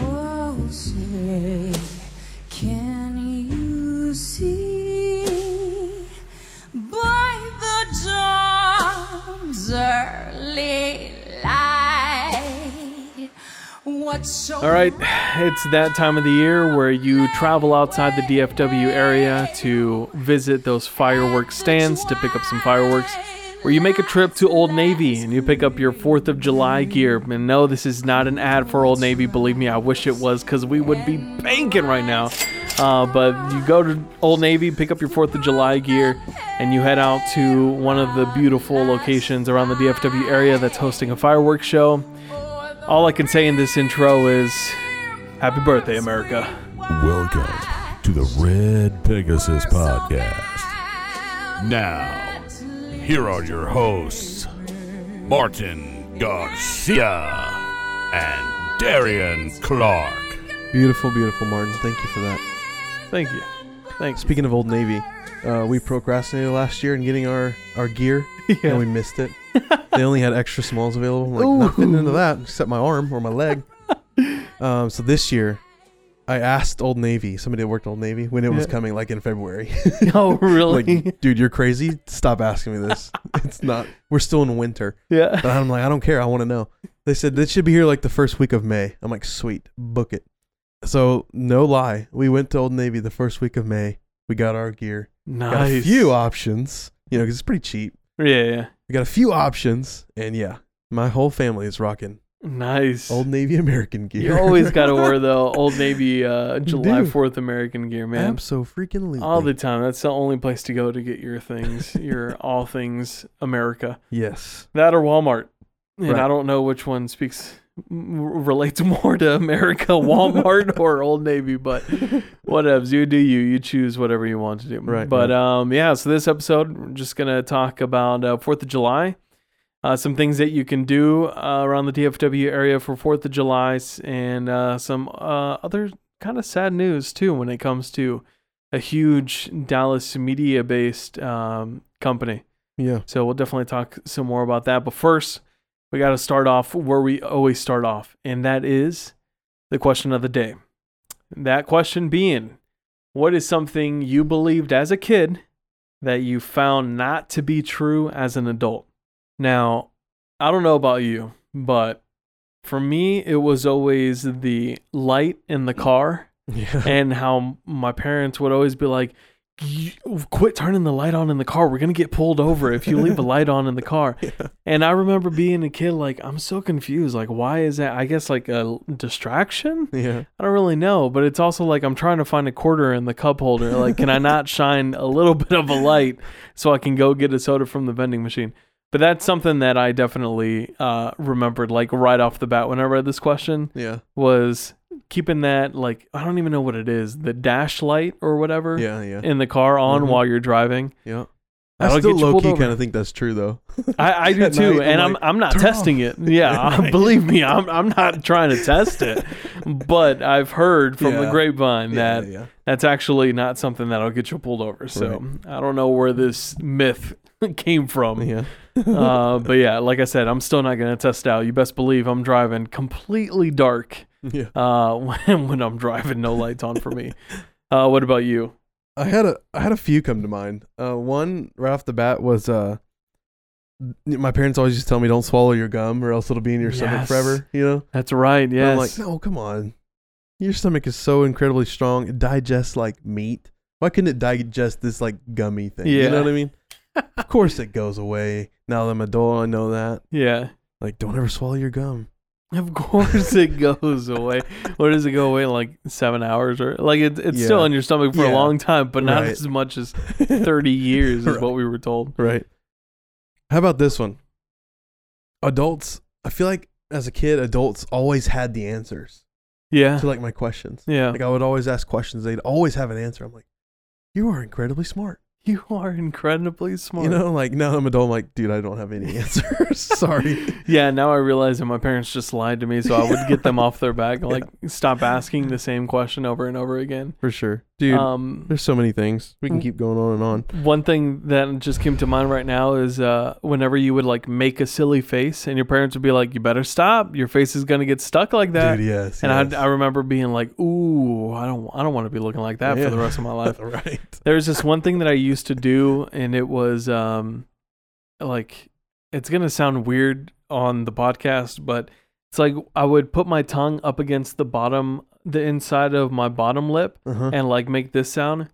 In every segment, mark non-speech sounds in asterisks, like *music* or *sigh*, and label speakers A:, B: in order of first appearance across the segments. A: you say? Can you see by the dawn's early light what so
B: All right, it's that time of the year where you travel outside the DFW area to visit those fireworks stands to pick up some fireworks. Where you make a trip to Old Navy and you pick up your 4th of July gear. And no, this is not an ad for Old Navy. Believe me, I wish it was because we would be banking right now. Uh, but you go to Old Navy, pick up your 4th of July gear, and you head out to one of the beautiful locations around the DFW area that's hosting a fireworks show. All I can say in this intro is Happy birthday, America.
C: Welcome to the Red Pegasus Podcast. Now, here are your hosts, Martin Garcia and Darian Clark.
D: Beautiful, beautiful, Martin. Thank you for that.
B: Thank you. Thanks.
D: *laughs* Speaking of Old Navy, uh, we procrastinated last year in getting our, our gear, and we missed it. they only had extra smalls available. I'm like, not fitting into that except my arm or my leg. um, so this year, I asked Old Navy, somebody that worked at Old Navy, when it was
B: Yeah.
D: coming, like in February. *laughs*
B: *laughs* Oh, really?
D: like, dude, you're crazy. Stop asking me this. it's not. We're still in winter.
B: yeah.
D: But I'm like, I don't care. I want to know. They said this should be here like the first week of May. I'm like, sweet, book it. So no lie, we went to Old Navy the first week of May. We got our gear. Got
B: Nice.
D: a few options, you know, 'cause it's pretty cheap.
B: Yeah, yeah.
D: We got a few options, and yeah, my whole family is rocking
B: Nice.
D: Old Navy American gear.
B: you always got to
D: *laughs*
B: wear the Old Navy uh, July
D: do.
B: 4th American gear, man.
D: I'm so freaking loopy.
B: All the time. That's the only place to go to get your things,
D: *laughs*
B: your all things America.
D: yes,
B: That or Walmart. And
D: Right.
B: I don't know which one speaks m- relates more to America, *laughs* Walmart or Old Navy, but whatevs. You do you. You choose whatever you want to do.
D: Right,
B: But um, yeah. So this episode, we're just gonna talk about uh, Fourth of July. Uh, some things that you can do uh, around the DFW area for Fourth of July, s- and uh, some uh, other kind of sad news too when it comes to a huge Dallas media-based um, company.
D: *laughs* yeah, *laughs*
B: So we'll definitely talk some more about that. But first, we got to start off where we always start off, and that is the question of the day. That question being, what is something you believed as a kid that you found not to be true as an adult? Now, I don't know about you, but for me, it was always the light in the car
D: yeah.
B: and how my parents would always be like, "You- "Quit turning the light on in the car. We're gonna get pulled over if you leave a light on in the car." And I remember being a kid, like, I'm so confused. Like, why is that? I guess like a distraction.
D: yeah,
B: I don't really know, but it's also like I'm trying to find a quarter in the cup holder. Like, can I not shine a little bit of a light so I can go get a soda from the vending machine? But that's something that I definitely uh, remembered, like right off the bat when I read this question
D: yeah,
B: was keeping that like I don't even know what it is, the dash light or whatever
D: yeah, yeah,
B: in the car on
D: Mhm.
B: while you're driving.
D: yeah.
B: That'll
D: I
B: get
D: still
B: you
D: low
B: pulled
D: key
B: over.
D: kind of think that's true though.
B: I, I do
D: *laughs* At
B: too,
D: night, I'm
B: and I'm
D: like,
B: I'm not
D: "Turn
B: testing it. *laughs*
D: *laughs*
B: Yeah, believe me, I'm I'm not trying to test it, but I've heard from the
D: Yeah.
B: grapevine
D: Yeah,
B: that
D: yeah, yeah.
B: that's actually not something that'll get you pulled over. So I don't know where this myth *laughs* came from.
D: yeah. *laughs*
B: *laughs* Uh, but yeah, like I said, I'm still not gonna test out. You best believe I'm driving completely dark
D: yeah.
B: uh, *laughs* when, when I'm driving, no lights on for me. Uh, what about you?
D: I had a I had a few come to mind. Uh, one right off the bat was uh, n- my parents always used to tell me don't swallow your gum or else it'll be in your stomach
B: Yes.
D: forever. You know,
B: That's right.
D: And
B: Yes.
D: I'm like, no, come on, your stomach is so incredibly strong. It digests like meat. Why couldn't it digest this like gummy thing?
B: Yeah.
D: You know what I mean? *laughs*
B: *laughs*
D: of course it goes away. Now that I'm an adult, I know that.
B: Yeah.
D: Like, don't ever swallow your gum.
B: Of course it goes away. What does it go
D: *laughs*
B: away in like seven hours or like it, it's still
D: Yeah.
B: in your stomach for a
D: Yeah.
B: long time, but not
D: Right.
B: as much as thirty years is
D: *laughs* Right.
B: what we were told.
D: Right. How about this one? Adults, I feel like as a kid, adults always had the
B: *laughs*
D: answers
B: Yeah.
D: to like my questions.
B: Yeah.
D: Like I would always ask questions, they'd always have an answer. I'm like, you are incredibly smart.
B: you are incredibly smart.
D: You know, *laughs* like now I'm adult, I'm like, dude, I don't
B: *laughs*
D: have any answers. *laughs* Sorry.
B: Yeah, now I realize that my parents just lied
D: *laughs*
B: to me, so I would get them off their back. Like, stop asking the same question over and over again.
D: For sure. Dude,
B: Um, mm.
D: there's so many things. We can keep going on and on.
B: one thing that just came to mind right now is uh, whenever you would like make a silly face, and your parents would be like, "You better stop. Your face is gonna get stuck like that."
D: Dude, yes.
B: And
D: yes.
B: I, I remember being like, "Ooh, I don't, I don't want to be looking like that
D: Yeah.
B: for the
D: *laughs*
B: rest of my life."
D: right.
B: there was this one thing that I used to do, and it was um, like it's gonna sound weird on the podcast, but it's like I would put my tongue up against the bottom, the inside of my bottom lip,
D: Uh-huh.
B: and like make this sound.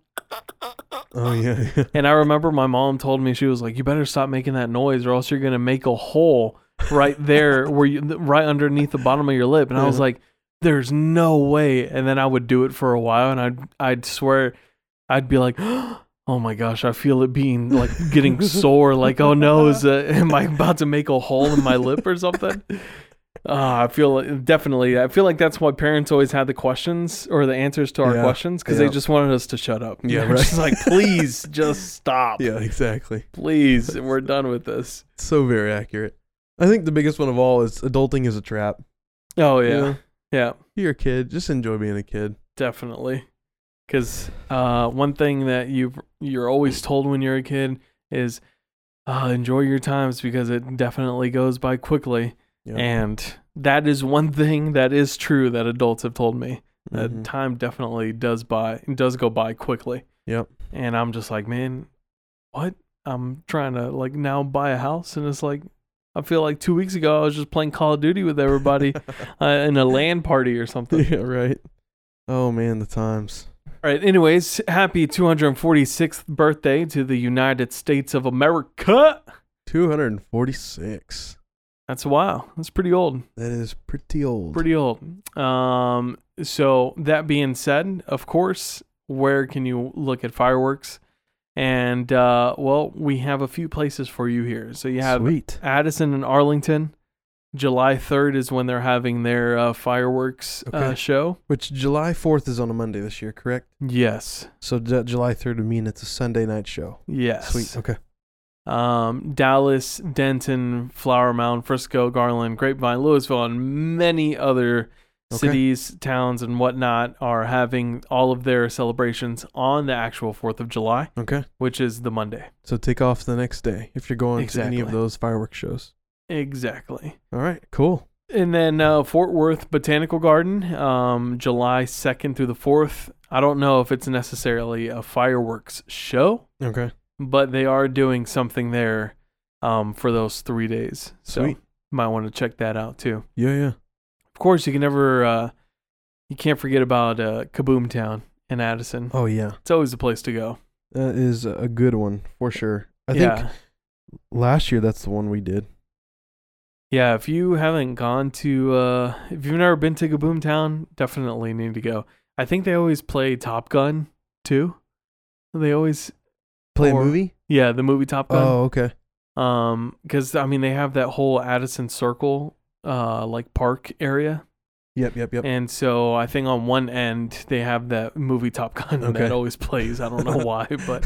D: Oh yeah. yeah.
B: And I remember my mom told me she was like, "You better stop making that noise, or else you're gonna make a hole right
D: *laughs*
B: there where you right underneath the bottom of your lip." And I was
D: Yeah.
B: like, "There's no way." And then I would do it for a while, and I'd I'd swear, I'd be like, *gasps* "Oh my gosh, I feel it being like
D: *laughs*
B: getting sore. Like, oh no, is uh, am I about to make a hole in my lip or
D: *laughs*
B: something?" Uh, I feel definitely. I feel like that's why parents always had the questions or the answers to our
D: Yeah.
B: questions because
D: Yeah.
B: they just wanted us to shut up.
D: Yeah,
B: They're *laughs* just
D: right.
B: like
D: *laughs*
B: please just stop
D: Yeah, exactly.
B: please *laughs* we're done with this
D: It's so very accurate. I think the biggest one of all is adulting is a trap.
B: oh yeah yeah,
D: Yeah. You're a kid. Just enjoy being a kid.
B: definitely because uh, one thing that you you're always told when you're a kid is uh, enjoy your times because it definitely goes by quickly
D: Yeah.
B: and uh, that is one thing that is true that adults have told me that
D: Mhm.
B: time definitely does by does go by quickly
D: Yep.
B: and i'm just like man what i'm trying to like now buy a house and it's like i feel like two weeks ago i was just playing call of duty *laughs* with
D: *laughs*
B: everybody uh, in a land party or something
D: yeah, right. Oh man, the times.
B: all right anyways happy 246th birthday to the united states of america
D: 246.
B: that's wow that's pretty old
D: That is pretty old.
B: pretty old um so that being said of course where can you look at fireworks and uh well we have a few places for you here so you have
D: Sweet.
B: addison and arlington july 3rd is when they're having their uh, fireworks uh,
D: Okay.
B: show
D: Which July 4th is on a Monday this year, correct?
B: yes
D: So Ju- July 3rd would mean it's a Sunday night show.
B: yes
D: Sweet. Okay.
B: um, Dallas, Denton, Flower Mound, Frisco, Garland, Grapevine, Louisville, and many other
D: Okay.
B: cities, towns, and whatnot are having all of their celebrations on the actual 4th of July,
D: Okay.
B: which is the Monday.
D: So take off the next day if you're going to any of
B: Exactly.
D: those fireworks shows.
B: Exactly.
D: All right. Cool.
B: And then uh, Fort Worth Botanical Garden, um, July 2nd through the 4th. I don't know if it's necessarily a fireworks show,
D: Okay.
B: but they are doing something there um, for those three days. So
D: Sweet.
B: might want to check that out too.
D: Yeah, yeah.
B: Of course, you can never, uh, you can't forget about uh, Kaboom Town in Addison.
D: Oh, yeah.
B: It's always a place to go.
D: That is a good one for sure. I
B: yeah,
D: think last year that's the one we did.
B: yeah. If you haven't gone to, uh, if you've never been to Kaboom Town, definitely need to go. I think they always play Top Gun too. They always,
D: Play
B: Or-
D: a movie?
B: yeah, the movie Top Gun.
D: Oh, okay.
B: Um, because I mean they have that whole Addison Circle, uh, like park area,
D: Yep,
B: *laughs*
D: yep, yep.
B: and so I think on one end they have that movie Top Gun
D: Okay.
B: that always plays. I
D: *laughs*
B: don't know why, but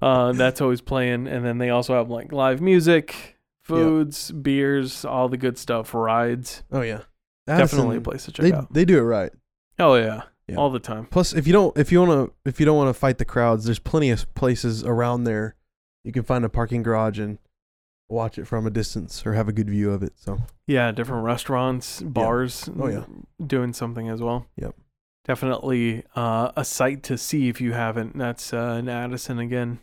B: uh, that's always playing. And then they also have like live music, foods, beers, all the good stuff, rides.
D: oh yeah.
B: Definitely a
D: Addison,
B: place to check
D: They
B: out.
D: they do it right.
B: Oh yeah.
D: Yeah.
B: all the time.
D: Plus, if you don't if you wanna if you don't want to fight the crowds, there's plenty of places around there. You can find a parking garage and watch it from a distance or have a good view of it. So
B: Yeah, different restaurants, bars.
D: Oh, yeah.
B: doing something as well.
D: Yep.
B: Definitely uh, a sight to see if you haven't. That's uh, in Addison again.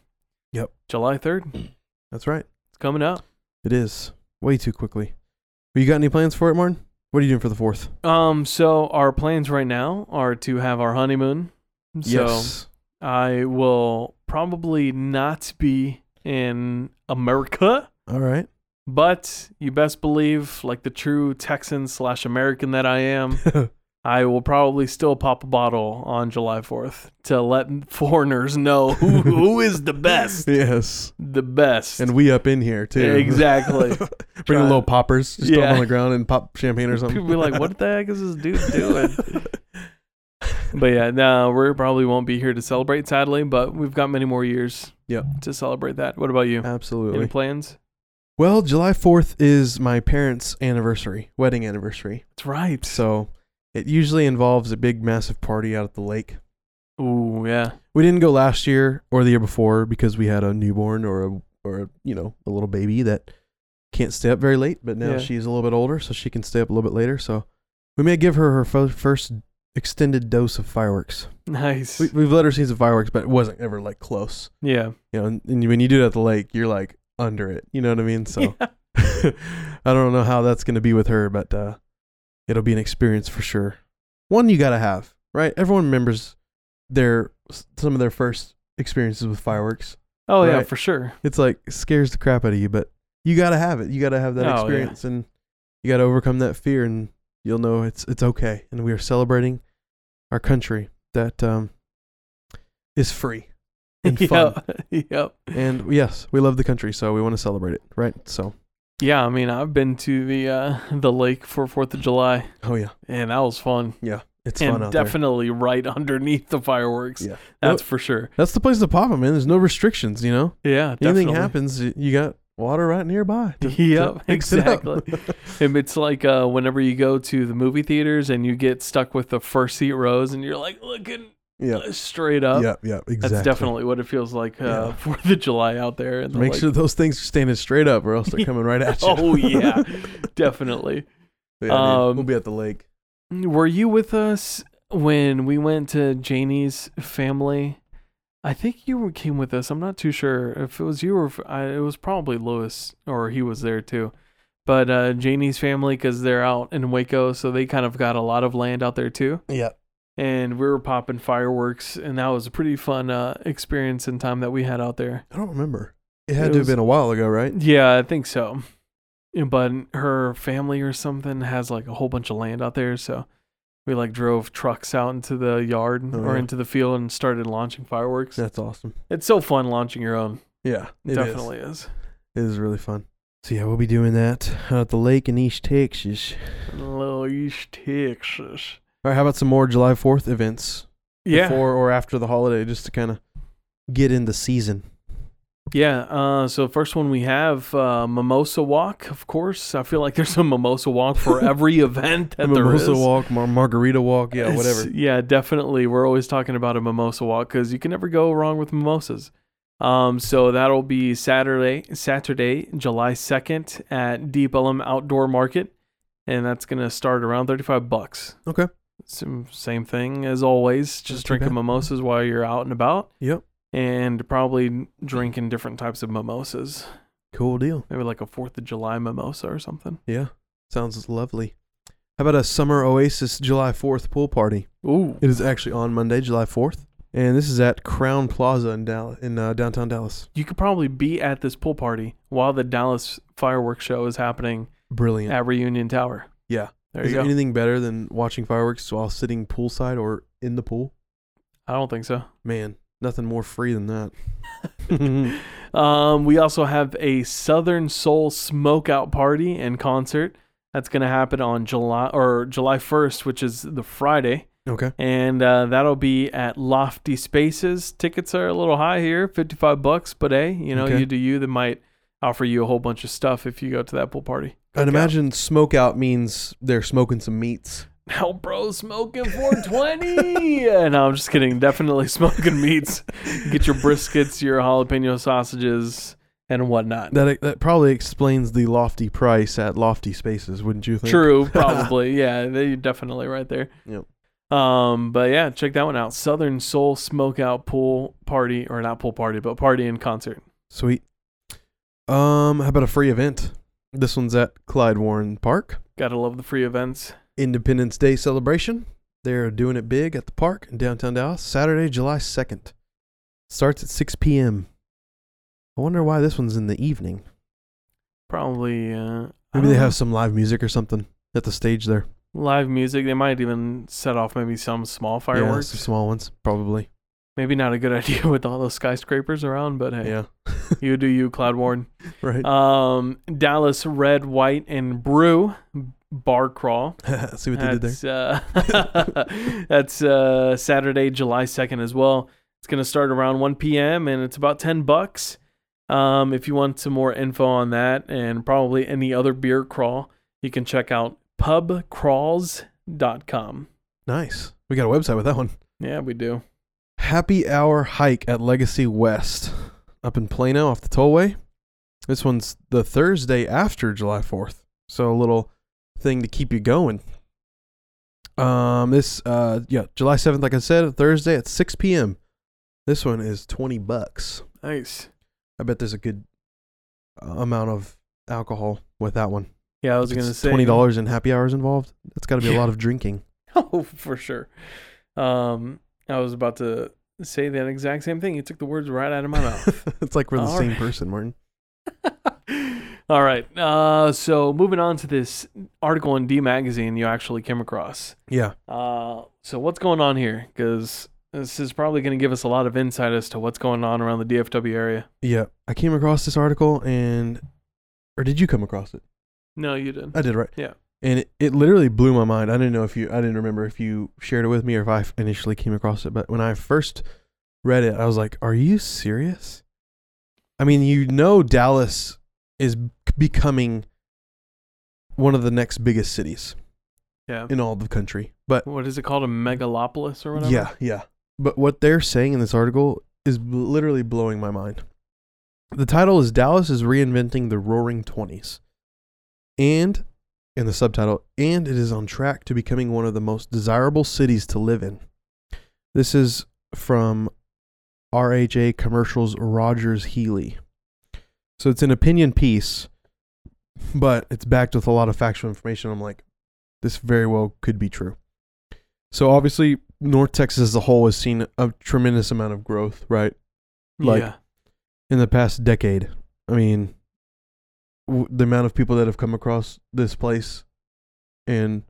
D: Yep.
B: July third. It's
D: that's right.
B: coming up.
D: It is way too quickly. Well, you got any plans for it, Martin? What are you doing for the fourth?
B: Um. So our plans right now are to have our honeymoon. So I will probably not be in America. *laughs*
D: All right. *laughs*
B: But you best believe, like the true Texan slash American that I am, I will probably still pop a bottle on July 4th to let *laughs* foreigners know who, who is the
D: *laughs*
B: best.
D: yes.
B: The best.
D: And we up in here too.
B: Exactly.
D: *laughs* Bring
B: Try-
D: a little poppers. Just throw
B: Yeah.
D: them on the ground and pop champagne or
B: *laughs* *laughs*
D: something.
B: People be like,
D: *laughs*
B: what the heck is this dude doing? but yeah, no, we probably won't be here to celebrate, sadly, but we've got many more years
D: Yep.
B: to celebrate that. What about you?
D: Absolutely.
B: Any plans?
D: Well, July 4th is my parents' anniversary, wedding anniversary.
B: That's right.
D: So it usually involves a big, massive party out at the lake.
B: Ooh, yeah. *laughs*
D: We didn't go last year or the year before because we had a newborn or a or a, you know a little baby that can't stay up very late. But now
B: Yeah.
D: she's a little bit older, so she can stay up a little bit later. So we may give her her fir- first extended dose of fireworks.
B: Nice.
D: We, we've let her see some fireworks, but it wasn't ever like close.
B: yeah.
D: You know, and, and when you do it at the lake, you're like under it. You know what I mean? So
B: *laughs* Yeah.
D: *laughs* I don't know how that's gonna be with her, but uh, it'll be an experience for sure. One you gotta have, right? Everyone remembers their s- some of their first experiences with fireworks.
B: Oh yeah,
D: Right.
B: for sure.
D: It's like scares the crap out of you, but you gotta have it. You gotta have that
B: Oh, yeah.
D: experience, and you gotta overcome that fear, and you'll know it's it's okay. And we are celebrating our country that um, is free
B: *laughs*
D: and fun.
B: Yep. yep.
D: And yes, we love the country, so we want to celebrate it, right? So,
B: Yeah, I mean, I've been to the uh *laughs* the lake for 4th of July
D: oh yeah,
B: and that was fun.
D: it's
B: and
D: fun out there.
B: definitely right *laughs* underneath the fireworks.
D: Yeah.
B: That's for sure.
D: That's the place to pop them, man. There's no restrictions, you know.
B: Yeah,
D: Anything
B: definitely.
D: happens, y- you got water right nearby.
B: *laughs*
D: to- to
B: Yep,
D: mix it up.
B: exactly.
D: *laughs*
B: And it's like uh, whenever you go to the movie theaters and you get stuck with the first seat rows and you're like looking
D: yeah,
B: uh, straight up.
D: yeah, yeah. Exactly.
B: That's definitely what it feels like uh, *laughs*
D: Yeah.
B: Fourth of July out there. And
D: Make
B: like,
D: sure those things are standing straight up, or
B: *laughs*
D: else they're coming right at you.
B: Oh
D: *laughs*
B: yeah, definitely.
D: Yeah, dude,
B: Um,
D: we'll be at the lake.
B: Were you with us when we went to Janie's family? I think you were- came with us. I'm not too sure if it was you or if I, it was probably Lewis or he was there too. But uh, Janie's family, because they're out in Waco, so they kind of got a lot of land out there too.
D: Yeah,
B: And we were popping fireworks, and that was a pretty fun uh, experience and time that we had out there.
D: I don't remember. It had
B: It
D: to
B: was-
D: have been a while ago, right?
B: Yeah, I think so. Yeah, But her family or something has like a whole bunch of land out there, so we like drove trucks out into the yard
D: Oh,
B: or
D: yeah.
B: into the field and started launching fireworks.
D: That's awesome.
B: It's so fun launching your own.
D: Yeah, it is.
B: Definitely is.
D: It is really fun. So yeah, we'll be doing that out at the lake in East Texas.
B: Little East Texas.
D: All right, how about some more July Fourth events?
B: Yeah.
D: before or after the holiday, just to kind of get in the season.
B: Yeah. Uh, so first one we have uh, Mimosa Walk, of course. I feel like there's a Mimosa Walk
D: *laughs*
B: for every event that there
D: mimosa
B: is.
D: walk, mar- margarita walk, yeah,
B: It's-
D: whatever.
B: Yeah, definitely. We're always talking about a mimosa walk because you can never go wrong with mimosas. Um, so that'll be Saturday, Saturday, July second at Deep Ellum Outdoor Market, and that's gonna start around thirty-five bucks.
D: Okay.
B: Same, same thing as always. Just
D: too
B: drinking
D: bad.
B: mimosas while you're out and about,
D: Yep.
B: and probably drinking different types of mimosas.
D: Cool deal.
B: Maybe like a Fourth of July mimosa or something.
D: Yeah. Sounds lovely. How about a summer oasis July 4th pool party?
B: Ooh,
D: It is actually on Monday, July 4th, and this is at Crown Plaza in Dallas, in uh, downtown Dallas.
B: you could probably be at this pool party while the Dallas fireworks show is happening
D: Brilliant.
B: at Reunion Tower.
D: Yeah.
B: There
D: Is
B: you
D: there
B: go.
D: anything better than watching fireworks while sitting poolside or in the pool?
B: I don't think so.
D: Man, nothing more free than
B: *laughs*
D: *laughs* that.
B: Um, we also have a Southern Soul Smokeout Party and concert that's going to happen on July or July 1st, which is the Friday,
D: okay.
B: and uh, that'll be at Lofty Spaces. Tickets are a little high here, 55 bucks, but hey, you know,
D: Okay.
B: you do you. They might offer you a whole bunch of stuff if you go to that pool party.
D: I'd imagine smoke out means they're smoking some meats.
B: Hell, bro, smoking 420. and *laughs* no, I'm just kidding. Definitely smoking meats. Get your briskets, your jalapeno sausages, and whatnot.
D: That e, that probably explains the lofty price at lofty spaces, wouldn't you think?
B: True,
D: *laughs*
B: probably. yeah, they definitely right there.
D: Yep.
B: Um, but yeah, check that one out. Southern Soul Smokeout Pool Party, or not pool party, but party and concert.
D: Sweet. Um, how about a free event? This one's at Clyde Warren Park.
B: Gotta love the free events.
D: Independence Day celebration. They're doing it big at the park in downtown Dallas, Saturday, July 2nd. Starts at 6 p.m. I wonder why this one's in the evening.
B: Probably. Uh, I
D: Maybe
B: don't
D: they
B: know.
D: have some live music or something at the stage there.
B: live music. They might even set off maybe some small
D: Yeah,
B: fireworks.
D: some small ones, probably.
B: maybe not a good *laughs* idea with all those skyscrapers around, but hey,
D: Yeah.
B: you do you, Cloud Warren.
D: right.
B: Um, Dallas Red, White, and Brew Bar Crawl.
D: *laughs* See what they did there.
B: that's, uh, *laughs* that's uh, Saturday, July 2nd as well. It's going to start around 1 p.m. and it's about 10 bucks. Um, if you want some more info on that and probably any other beer crawl, you can check out pubcrawls.com.
D: Nice. We got a website with that one.
B: Yeah, we do.
D: happy hour hike at Legacy West up in Plano off the tollway. This one's the Thursday after July 4th. So a little thing to keep you going. Um this uh yeah, July 7th like I said, Thursday at 6 p.m. This one is 20 bucks.
B: Nice.
D: I bet there's a good uh, amount of alcohol with that one.
B: Yeah, I was
D: If
B: gonna
D: it's
B: say uh,
D: twenty dollars in happy hours involved. That's got to be a
B: Yeah.
D: lot of drinking.
B: Oh, *laughs* for sure. Um, I was about to say that exact same thing. You took the words right out of my mouth.
D: *laughs* it's like we're the
B: All
D: same
B: right.
D: person, Martin.
B: All right. Uh, so moving on to this article in D Magazine you actually came across.
D: Yeah,
B: Uh, so what's going on here? Because this is probably going to give us a lot of insight as to what's going on around the DFW area.
D: yeah. I came across this article, and or did you come across it?
B: No, you didn't.
D: I did, right?
B: Yeah.
D: And it, it literally blew my mind. I didn't know if you, I didn't remember if you shared it with me or if I f- initially came across it. But when I first read it, I was like, "Are you serious?" I mean, you know, Dallas is b- becoming one of the next biggest cities
B: yeah.
D: in all the country, but
B: What is it called? A megalopolis or whatever?
D: Yeah, yeah. But what they're saying in this article is bl- literally blowing my mind. The title is Dallas is reinventing the Roaring 20s. And in the subtitle, and it is on track to becoming one of the most desirable cities to live in. This is from RHA Commercials Rogers Healy. So it's an opinion piece, but it's backed with a lot of factual information. I'm like, this very well could be true. So obviously, North Texas as a whole has seen a tremendous amount of growth, right? Like-
B: yeah.
D: In the past decade. I mean, w- the amount of people that have come across this place and,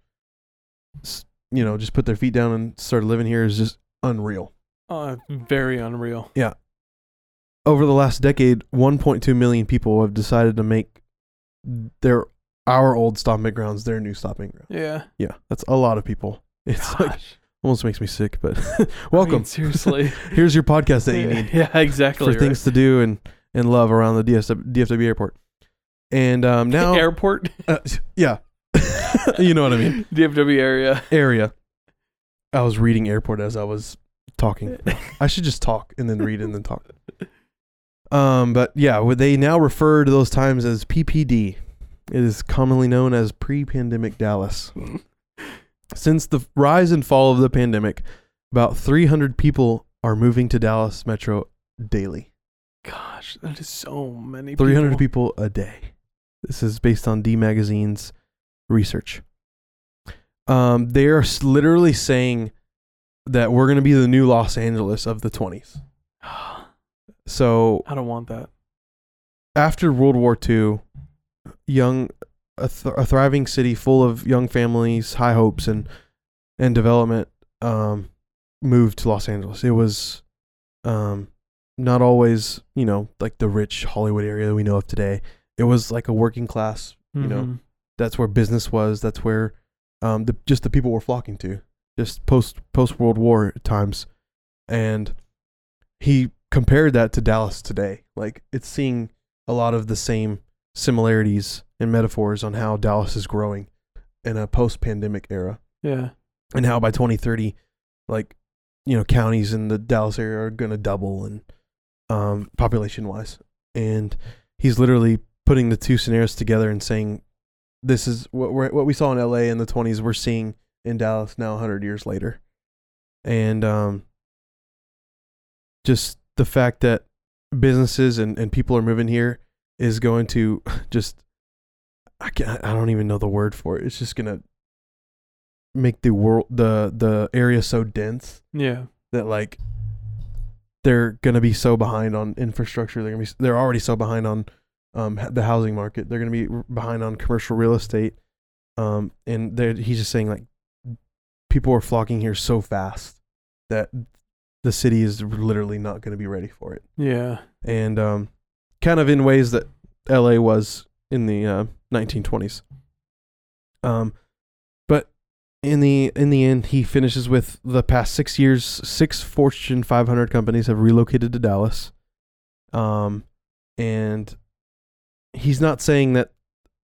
D: s- you know, just put their feet down and started living here is just unreal.
B: Uh, very unreal.
D: Over the last decade, 1.2 million people have decided to make their our old stomping grounds their new stomping ground.
B: *laughs* Yeah.
D: Yeah, that's a lot of people. It's like
B: Gosh.
D: almost makes me sick, but
B: I mean,
D: *laughs* welcome. *laughs*
B: seriously.
D: Here's your podcast that you need.
B: *laughs* yeah, exactly.
D: for
B: right.
D: things to do and, and love around the DSW, DFW airport. And um, now,
B: *laughs* Airport,
D: uh, yeah, *laughs* you know what I mean.
B: DFW area.
D: Area. I was reading airport as I was talking. I should just talk and then read and then talk. *laughs* Um, but yeah, what they now refer to those times as PPD. It is commonly known as pre-pandemic Dallas. Since the rise and fall of the pandemic, about 300 people are moving to Dallas Metro daily.
B: *laughs* Gosh, that is so many.
D: 300 people. a day. This is based on D Magazine's research. Um, they are s- literally saying that we're going to be the new Los Angeles of the 20s.
B: *sighs*
D: *sighs*
B: I
D: So
B: don't want that.
D: after World War II, young, a, th- a thriving city full of young families, high hopes, and and development um, moved to Los Angeles. It was um, not always, you know, like the rich Hollywood area that we know of today. It was like a working class You know,
B: Mhm.
D: that's where business was. That's where um, the, just the people were flocking to, just post post World War times. And he compared that to Dallas today. Like it's seeing a lot of the same similarities and metaphors on how Dallas is growing in a post pandemic era,
B: yeah,
D: and how by 2030, like you know, counties in the Dallas area are going to double and um, population wise. And he's literally putting the two scenarios together and saying, "This is what we're, what we saw in L.A. in the 20s. We're seeing in Dallas now, 100 years later." And um, just the fact that businesses and, and people are moving here is going to *laughs* just I can't, I don't even know the word for it. It's just gonna make the world the the area so dense
B: yeah,
D: that like they're gonna be so behind on infrastructure. They're gonna be they're already so behind on um h- the housing market. They're gonna be r- behind on commercial real estate. Um, and they're, he's just saying like people are flocking here so fast that the city is literally not gonna be ready for it. *laughs*
B: yeah.
D: And um, kind of in ways that L.A. was in the uh, 1920s. Um, but in the in the end, he finishes with the past six years, six Fortune 500 companies have relocated to Dallas. Um, and he's not saying that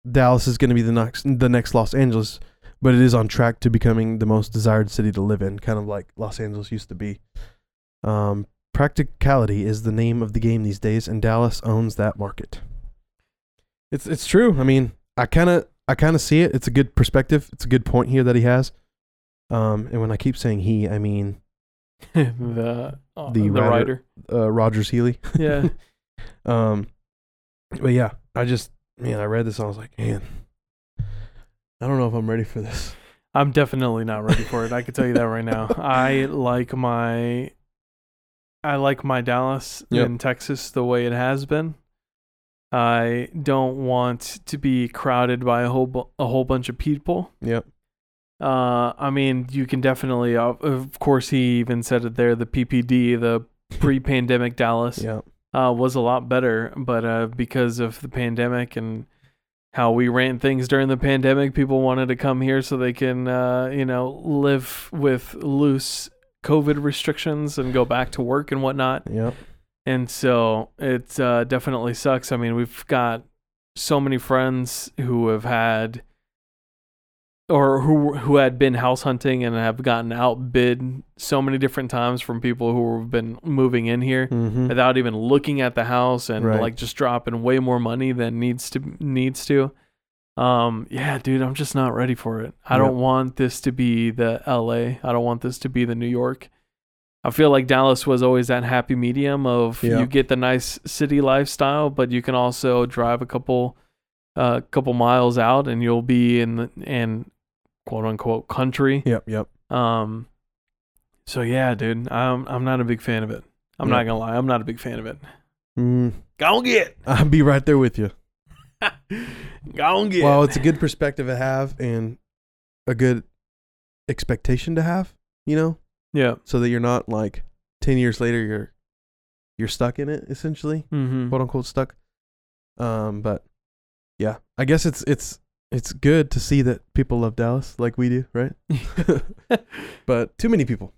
D: Dallas is going to be the next the next Los Angeles, but it is on track to becoming the most desired city to live in, kind of like Los Angeles used to be. Um, practicality is the name of the game these days, and Dallas owns that market. It's it's true. I mean, I kind of I kind of see it. It's a good perspective. It's a good point here that he has. Um, and when I keep saying he, I mean
B: the uh,
D: The
B: the,
D: writer.
B: writer.
D: uh, Rogers Healy. *laughs*
B: Yeah.
D: Um, but yeah, I just man, I read this and I was like, man, I don't know if I'm ready for this.
B: I'm definitely not ready for it. I can tell you that right now. I like my I like my Dallas
D: Yep.
B: in Texas the way it has been. I don't want to be crowded by a whole bu- a whole bunch of people.
D: Yep.
B: Uh, I mean, you can definitely, of- of course, he even said it there. The PPD, the pre-pandemic Dallas,
D: Yeah.
B: uh, was a lot better, but uh, because of the pandemic and how we ran things during the pandemic, people wanted to come here so they can, uh, you know, live with loose COVID restrictions and go back to work and whatnot.
D: Yep.
B: And so it uh, definitely sucks. I mean, we've got so many friends who have had or who who had been house hunting and have gotten outbid so many different times from people who have been moving in here
D: Mm-hmm.
B: without even looking at the house and
D: Right.
B: like just dropping way more money than needs to needs to. Um yeah, dude, I'm just not ready for it. I
D: Yep.
B: don't want this to be the LA. I don't want this to be the New York. I feel like Dallas was always that happy medium of
D: Yeah.
B: you get the nice city lifestyle, but you can also drive a couple a couple miles out and you'll be in the, in quote unquote country.
D: Yep. Yep.
B: Um. So yeah, dude, I'm I'm not a big fan of it. I'm
D: Yeah.
B: not gonna lie, I'm not a big fan of it.
D: Mm,
B: Go get,
D: I'll be right there with you.
B: go get.
D: Well, it's a good perspective to have and a good expectation to have, you know,
B: yeah.
D: so that you're not like 10 years later you're you're stuck in it essentially,
B: Mm-hmm.
D: quote unquote stuck. Um, but yeah, I guess it's it's it's good to see that people love Dallas like we do,
B: *laughs*
D: right? *laughs* but too many people.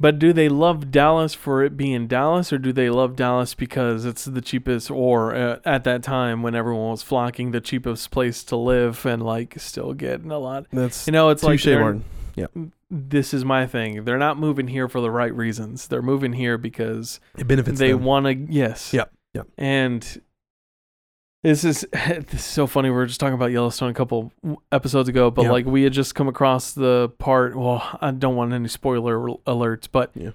B: But do they love Dallas for it being Dallas, or do they love Dallas because it's the cheapest, or uh, at that time when everyone was flocking, the cheapest place to live and like still getting a lot?
D: That's
B: You know, it's like
D: touche,
B: they're-
D: Martin.
B: this is my thing. They're not moving here for the right reasons. They're moving here because
D: It benefits
B: they
D: them.
B: want to yes
D: Yep, yep.
B: and this is *laughs* this is so funny we were just talking about yellowstone a couple episodes ago but
D: Yep.
B: like we had just come across the part well i don't want any spoiler alerts but
D: Yeah.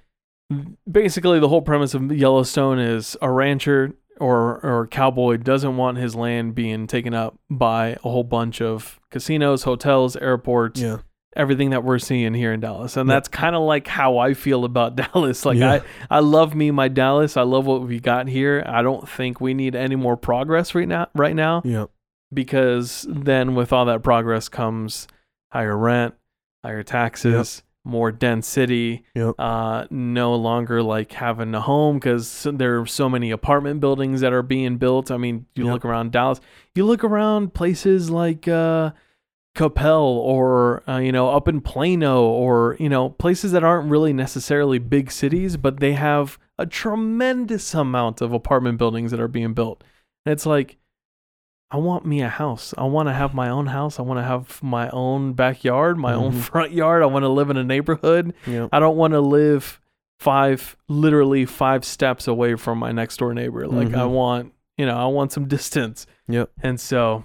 B: basically the whole premise of yellowstone is a rancher or or cowboy doesn't want his land being taken up by a whole bunch of casinos hotels airports
D: yeah.
B: everything that we're seeing here in Dallas. And
D: Yeah.
B: that's kind of like how I feel about *laughs* Dallas. Like
D: Yeah.
B: I I love me my Dallas. I love what we got here. I don't think we need any more progress right now right now
D: Yeah.
B: because then with all that progress comes higher rent, higher taxes, more density,
D: Yep.
B: uh, no longer like having a home because there are so many apartment buildings that are being built. I mean, you
D: Yep.
B: look around Dallas, you look around places like uh, Capel or, uh, you know, up in Plano or, you know, places that aren't really necessarily big cities, but they have a tremendous amount of apartment buildings that are being built. And it's like, I want me a house. I want to have my own house. I want to have my own backyard, my own
D: Mhm.
B: front yard. I want to live in a neighborhood.
D: Yeah.
B: I don't want to live five, literally five steps away from my next door neighbor. Like I
D: Mhm.
B: want, you know, I want some *laughs* distance.
D: Yep.
B: And so,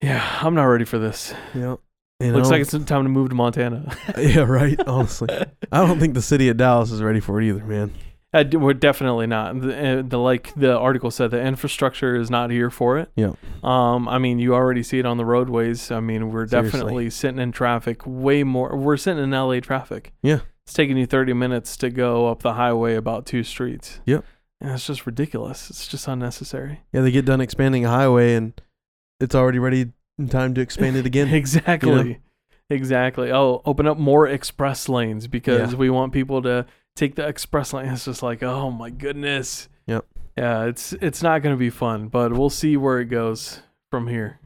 B: yeah, I'm not ready for this.
D: Yeah. And I
B: Looks
D: don't-
B: like it's time to move to Montana.
D: yeah, right.
B: *laughs*
D: *laughs* Honestly, I don't think the city of Dallas is ready for it either, man.
B: Uh, d- we're definitely not. The, uh, the like the article said, the infrastructure is not here for it.
D: Yeah.
B: Um. I mean, you already see it on the roadways. I mean, we're
D: Seriously.
B: definitely sitting in traffic way more. We're sitting in LA traffic.
D: Yeah.
B: It's taking you 30 minutes to go up the highway about two streets.
D: Yep.
B: And it's just ridiculous. It's just unnecessary.
D: Yeah, they get done expanding a highway, and it's already ready in time to expand
B: *laughs*
D: it again.
B: Exactly. Exactly. Oh, open up more express lanes because
D: Yeah.
B: we want people to take the express lane. It's just like, oh my goodness.
D: Yep.
B: Yeah, it's it's not gonna be fun, but we'll see where it goes from here.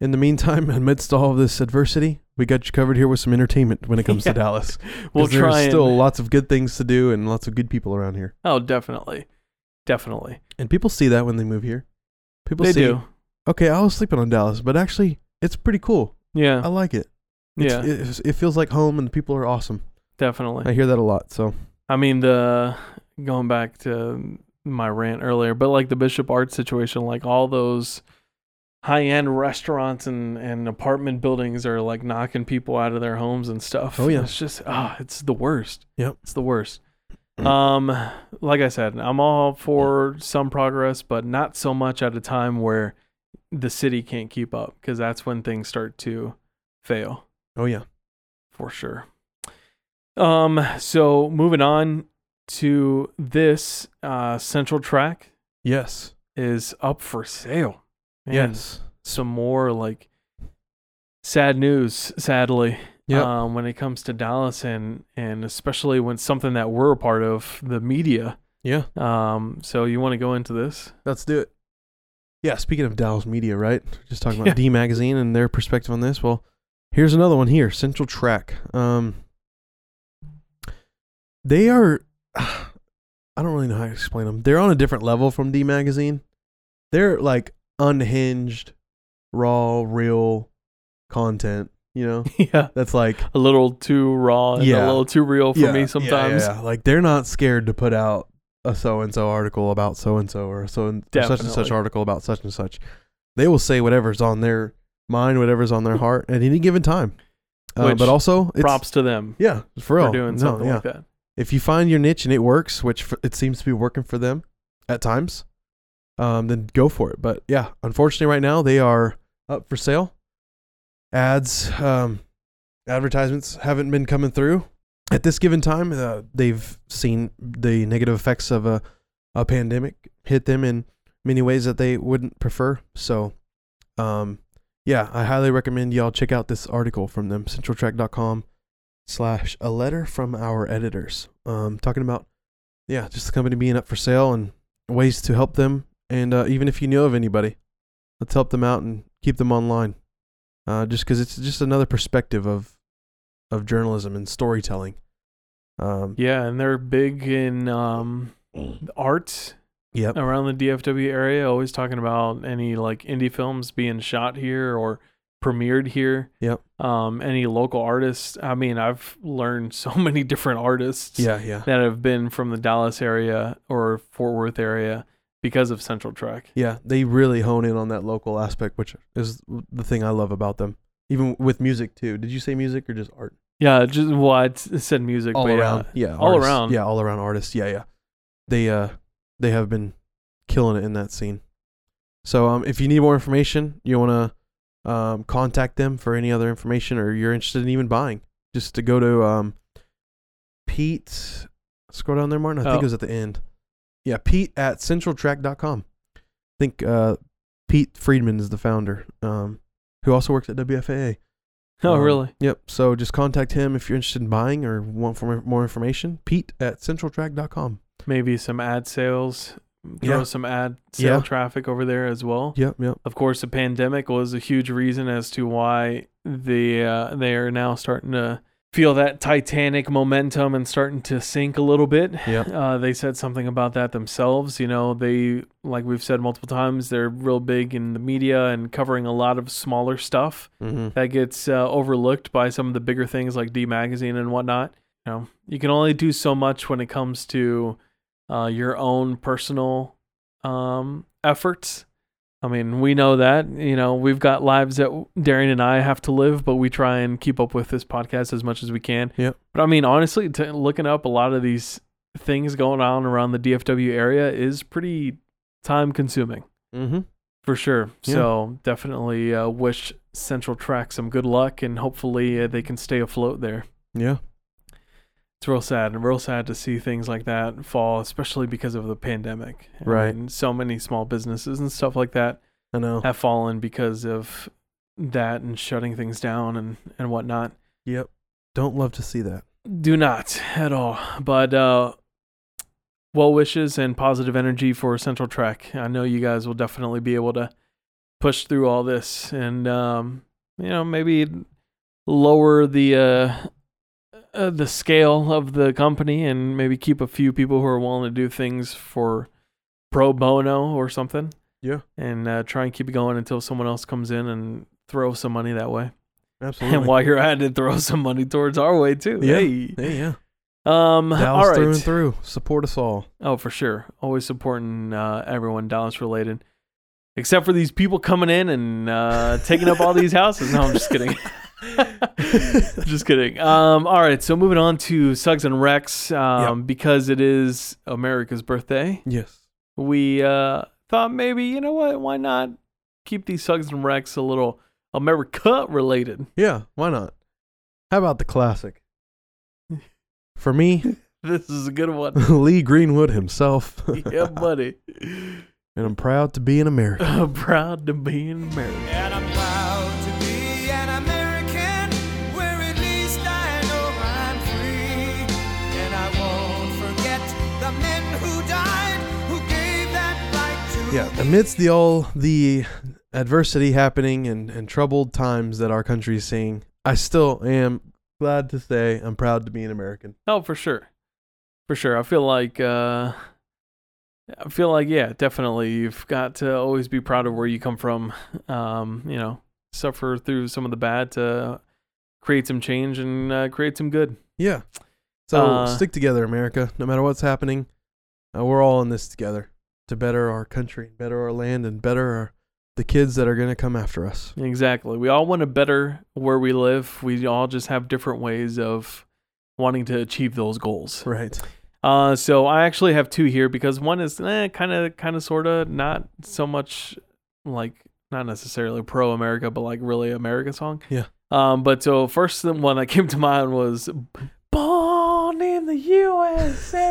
D: In the meantime, amidst all of this adversity, we got you covered here with some entertainment when it comes
B: Yeah.
D: to Dallas.
B: *laughs* We'll
D: 'Cause there's
B: try and
D: still lots of good things to do and lots of good people around here.
B: oh definitely. Definitely.
D: And people see that when they move here. People
B: they
D: see,
B: do.
D: okay, I was sleeping on Dallas, but actually, it's pretty cool.
B: Yeah.
D: I like it. Um, It's-
B: yeah,
D: It, it feels like home, and the people are awesome.
B: definitely.
D: I hear that a lot. So
B: I mean the going back to my rant earlier, but like the Bishop Art situation, like all those high end restaurants and, and apartment buildings are like knocking people out of their homes and stuff.
D: Oh, yeah.
B: It's just ah, it's the worst.
D: Yep. Mm-hmm.
B: It's the worst. um like I said, I'm all for some progress, but not so much at a time where the city can't keep up because that's when things start to fail
D: Oh yeah.
B: for sure. Um, so moving on to this uh, central track
D: Yes.
B: is up for sale. Man,
D: Yes.
B: some more like sad news, sadly.
D: Yep.
B: Um, when it comes to Dallas and and especially when something that we're a part of, the media.
D: Yeah.
B: Um, so you want to go into this?
D: *laughs* Let's do it. Yeah, speaking of Dallas Media, right? Just talking about
B: Yeah.
D: D Magazine and their perspective on this. Well, here's another one here Central Track. Um, they are, *sighs* I don't really know how to explain them. They're on a different level from D Magazine. They're like unhinged, raw, real content, you *laughs* know?
B: yeah.
D: That's like,
B: A little too raw and a
D: Yeah.
B: little too real for
D: Yeah, yeah,
B: me sometimes.
D: yeah. Like they're not scared to put out a so and so article about so and so or so and or such and such
B: Definitely.
D: article about such and such. They will say whatever's on their mind, whatever's on their heart at any given time. Uh,
B: Which
D: but also, it's,
B: Props to them
D: Yeah, for real.
B: for doing
D: No,
B: something
D: yeah.
B: like that.
D: If you find your niche and it works, which f- it seems to be working for them at times, um, then go for it. But yeah, unfortunately, right now they are up for sale. Ads, um, advertisements haven't been coming through at this given time. Uh, they've seen the negative effects of a, a pandemic hit them in many ways that they wouldn't prefer. So, um, yeah, I highly recommend y'all check out this article from them, centraltrack.com slash a letter from our editors. Um, talking about yeah, just the company being up for sale and ways to help them, and uh, even if you know of anybody, let's help them out and keep them online. Uh, just because it's just another perspective of of journalism and storytelling. Um,
B: Yeah, and they're big in um, art
D: yep.
B: around the DFW area. Always talking about any like indie films being shot here or premiered here.
D: Yep.
B: Um, any local artists. I mean, I've learned *laughs* so many different artists
D: Yeah, yeah,
B: that have been from the Dallas area or Fort Worth area because of Central Track.
D: yeah. They really hone in on that local aspect, which is the thing I love about them. Even with music too. Did you say music or just art?
B: Yeah, just well, I t- said music
D: all
B: but yeah.
D: around. Yeah,
B: all
D: artists.
B: around.
D: Yeah, all around artists. Yeah, yeah. They uh they have been killing it in that scene. So um if you need more information, you want to um contact them for any other information or you're interested in even buying, just to go to um Pete scroll down there Martin, I think
B: Oh.
D: it was at the end. Yeah, Pete at centraltrack.com. I think uh Pete Friedman is the founder. Um who also works at WFAA.
B: *laughs* Oh,
D: Um,
B: really?
D: Yep. So just contact him if you're interested in buying or want for more information. Pete at centraltrack.com.
B: Maybe some ad sales. Throw
D: Yeah.
B: some ad sale
D: Yeah.
B: traffic over there as well.
D: Yep. Yep.
B: Of course, the pandemic was a huge reason as to why the uh, they are now starting to feel that Titanic momentum and starting to sink a little bit. *sighs*
D: Yep.
B: Uh, they said something about that themselves. You know, they like we've said multiple times, they're real big in the media and covering a lot of smaller stuff
D: Mm-hmm.
B: that gets uh, overlooked by some of the bigger things like D Magazine and whatnot. You know, you can only do so much when it comes to uh, your own personal um, efforts. I mean, we know that. You know, we've got lives that Darian and I have to live, but we try and keep up with this podcast as much as we can.
D: Yep.
B: But I mean, honestly, t- looking up a lot of these things going on around the DFW area is pretty time consuming.
D: Mm-hmm.
B: For sure.
D: Yeah.
B: So definitely uh, wish Central Track some good luck, and hopefully uh, they can stay afloat there.
D: Yeah.
B: It's real sad and real sad to see things like that fall, especially because of the pandemic. I
D: Right.
B: mean, so many small businesses and stuff like that
D: I know.
B: have fallen because of that and shutting things down and and whatnot.
D: Yep. Don't love to see that.
B: Do not at all. But uh, well wishes and positive energy for Central Track. I know you guys will definitely be able to push through all this and um, you know maybe lower the uh, uh, the scale of the company and maybe keep a few people who are willing to do things for pro bono or something.
D: Yeah.
B: And uh, try and keep it going until someone else comes in and throw some money that way. *laughs*
D: Absolutely.
B: And while you're at it, throw some money towards our way too.
D: Yeah.
B: Hey.
D: yeah. Yeah.
B: Um,
D: Dallas
B: *laughs* all right.
D: through and through. Support us all.
B: Oh, for sure. Always supporting uh, everyone Dallas related, except for these people coming in and
D: *laughs*
B: uh, taking up all these houses. *laughs* No, I'm just kidding. *laughs* just kidding. Um, all right. So moving on to Suggs and Rex, um, because it is America's birthday.
D: Yes.
B: we uh, thought maybe you know what why not keep these Suggs and Rex a little America related. *laughs*
D: Yeah. Why not? How about the classic? For me, *laughs*
B: This is a good one.
D: Lee Greenwood himself.
B: yeah, buddy.
D: *laughs*
B: *laughs*
D: and I'm proud to be an American.
B: I'm proud to be an American.
E: And I'm proud to be an American, where at least I know I'm free. And I won't forget the men who died, who gave that right to
D: Yeah. Amidst the all the adversity happening and, and troubled times that our country is seeing, I still am glad to say I'm proud to be an American.
B: Oh, for sure, for sure. I feel like uh, I feel like yeah, definitely. You've got to always be proud of where you come from. Um, you know, suffer through some of the bad to create some change and uh, create some good.
D: Yeah. So
B: Uh,
D: stick together, America. No matter what's happening, uh, we're all in this together to better our country, better our land, and better our, the kids that are going to come after us.
B: Exactly. We all want to better where we live. We all just have different ways of wanting to achieve those goals. *laughs*
D: Right. *laughs*
B: Uh, so I actually have two here because one is eh, kind of, kind of, sort of, not so much like not necessarily pro America, but like really America song.
D: Yeah.
B: Um, but so first the one that came to mind was "Born in the
D: *laughs*
B: USA"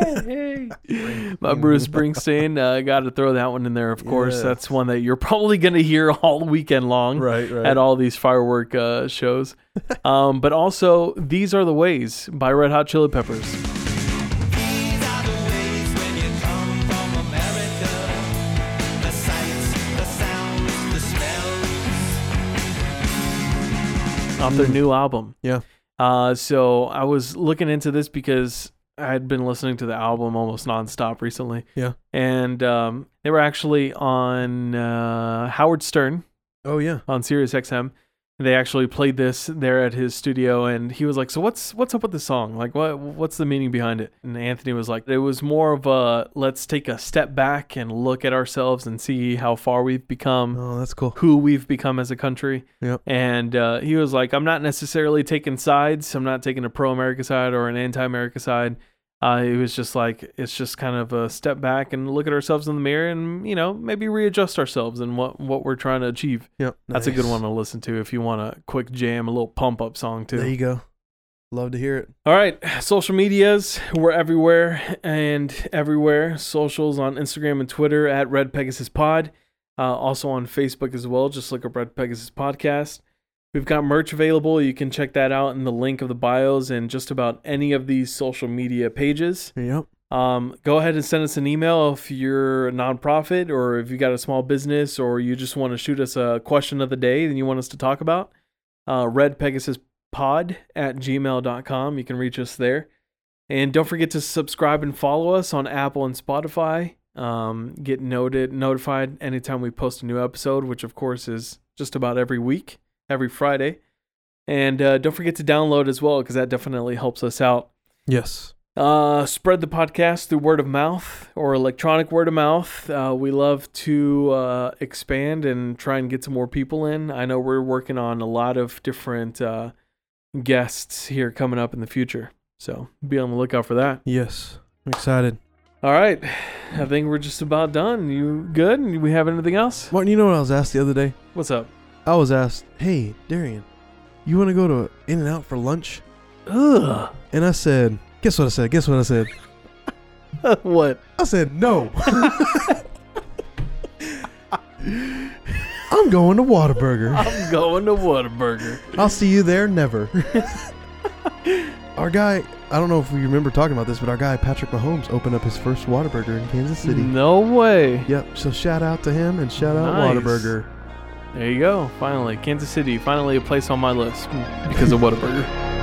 D: Mm-hmm.
B: by Bruce Springsteen. Uh, Got to throw that one in there, of course.
D: Yes.
B: That's one that you're probably gonna hear all weekend long
D: Right. Right.
B: at all these firework uh,
D: *laughs*
B: shows. um, but also, These Are the Ways by Red Hot Chili Peppers.
E: These are the ways when you come from America. The sights, the sounds, the smells.
B: off their new album.
D: Hmm. Yeah.
B: Uh, so I was looking into this because I had been listening to the album almost nonstop recently.
D: Yeah.
B: And um, they were actually on uh, Howard Stern
D: Oh yeah.
B: on Sirius XM. They actually played this there at his studio, and he was like, "So what's what's up with this song? Like, what what's the meaning behind it?" And Anthony was like, "It was more of a let's take a step back and look at ourselves and see how far we've become."
D: Oh, that's cool.
B: who we've become as a country.
D: Yep.
B: And uh, he was like, I'm not necessarily taking sides. I'm not taking a pro America side or an anti America side. Uh, it was just like, it's just kind of a step back and look at ourselves in the mirror and, you know, maybe readjust ourselves and what, what we're trying to achieve.
D: Yep.
B: That's a good one to listen to if you want a quick jam, a little pump up song, too.
D: There you go. Love to hear it.
B: All right, social medias, we're everywhere and everywhere. Socials on Instagram and Twitter at Red Pegasus Pod. Uh, also on Facebook as well. Just look up Red Pegasus Podcast. We've got merch available. You can check that out in the link of the bios and just about any of these social media pages.
D: Yep.
B: Um, go ahead and send us an email if you're a nonprofit or if you got a small business or you just want to shoot us a question of the day that you want us to talk about. Uh, Red Pegasus Pod at gmail.com. You can reach us there. And don't forget to subscribe and follow us on Apple and Spotify. Um, get noted, notified anytime we post a new episode, which of course is just about every week, every Friday. And uh, don't forget to download as well because that definitely helps us out.
D: Yes.
B: Uh, spread the podcast through word of mouth or electronic word of mouth. Uh, we love to uh, expand and try and get some more people in. I know we're working on a lot of different uh, guests here coming up in the future. So be on the lookout for that.
D: Yes. I'm excited.
B: All right. I think we're just about done. You good? We have anything else?
D: Martin, you know what I was asked the other day?
B: What's up?
D: I was asked, "Hey, Darian, you want to go to In and Out for lunch?"
B: Ugh. *laughs*
D: And I said, "Guess what I said? Guess what I said?
B: what?
D: I said no." *laughs* I'm going to Whataburger.
B: I'm going to Whataburger.
D: I'll see you there. Never. our guy, I don't know if we remember talking about this, but our guy Patrick Mahomes opened up his first Whataburger in Kansas City.
B: No way.
D: Yep. So shout out to him and shout out
B: Nice.
D: Whataburger.
B: There you go. Finally, Kansas City. Finally, a place on my list because of Whataburger.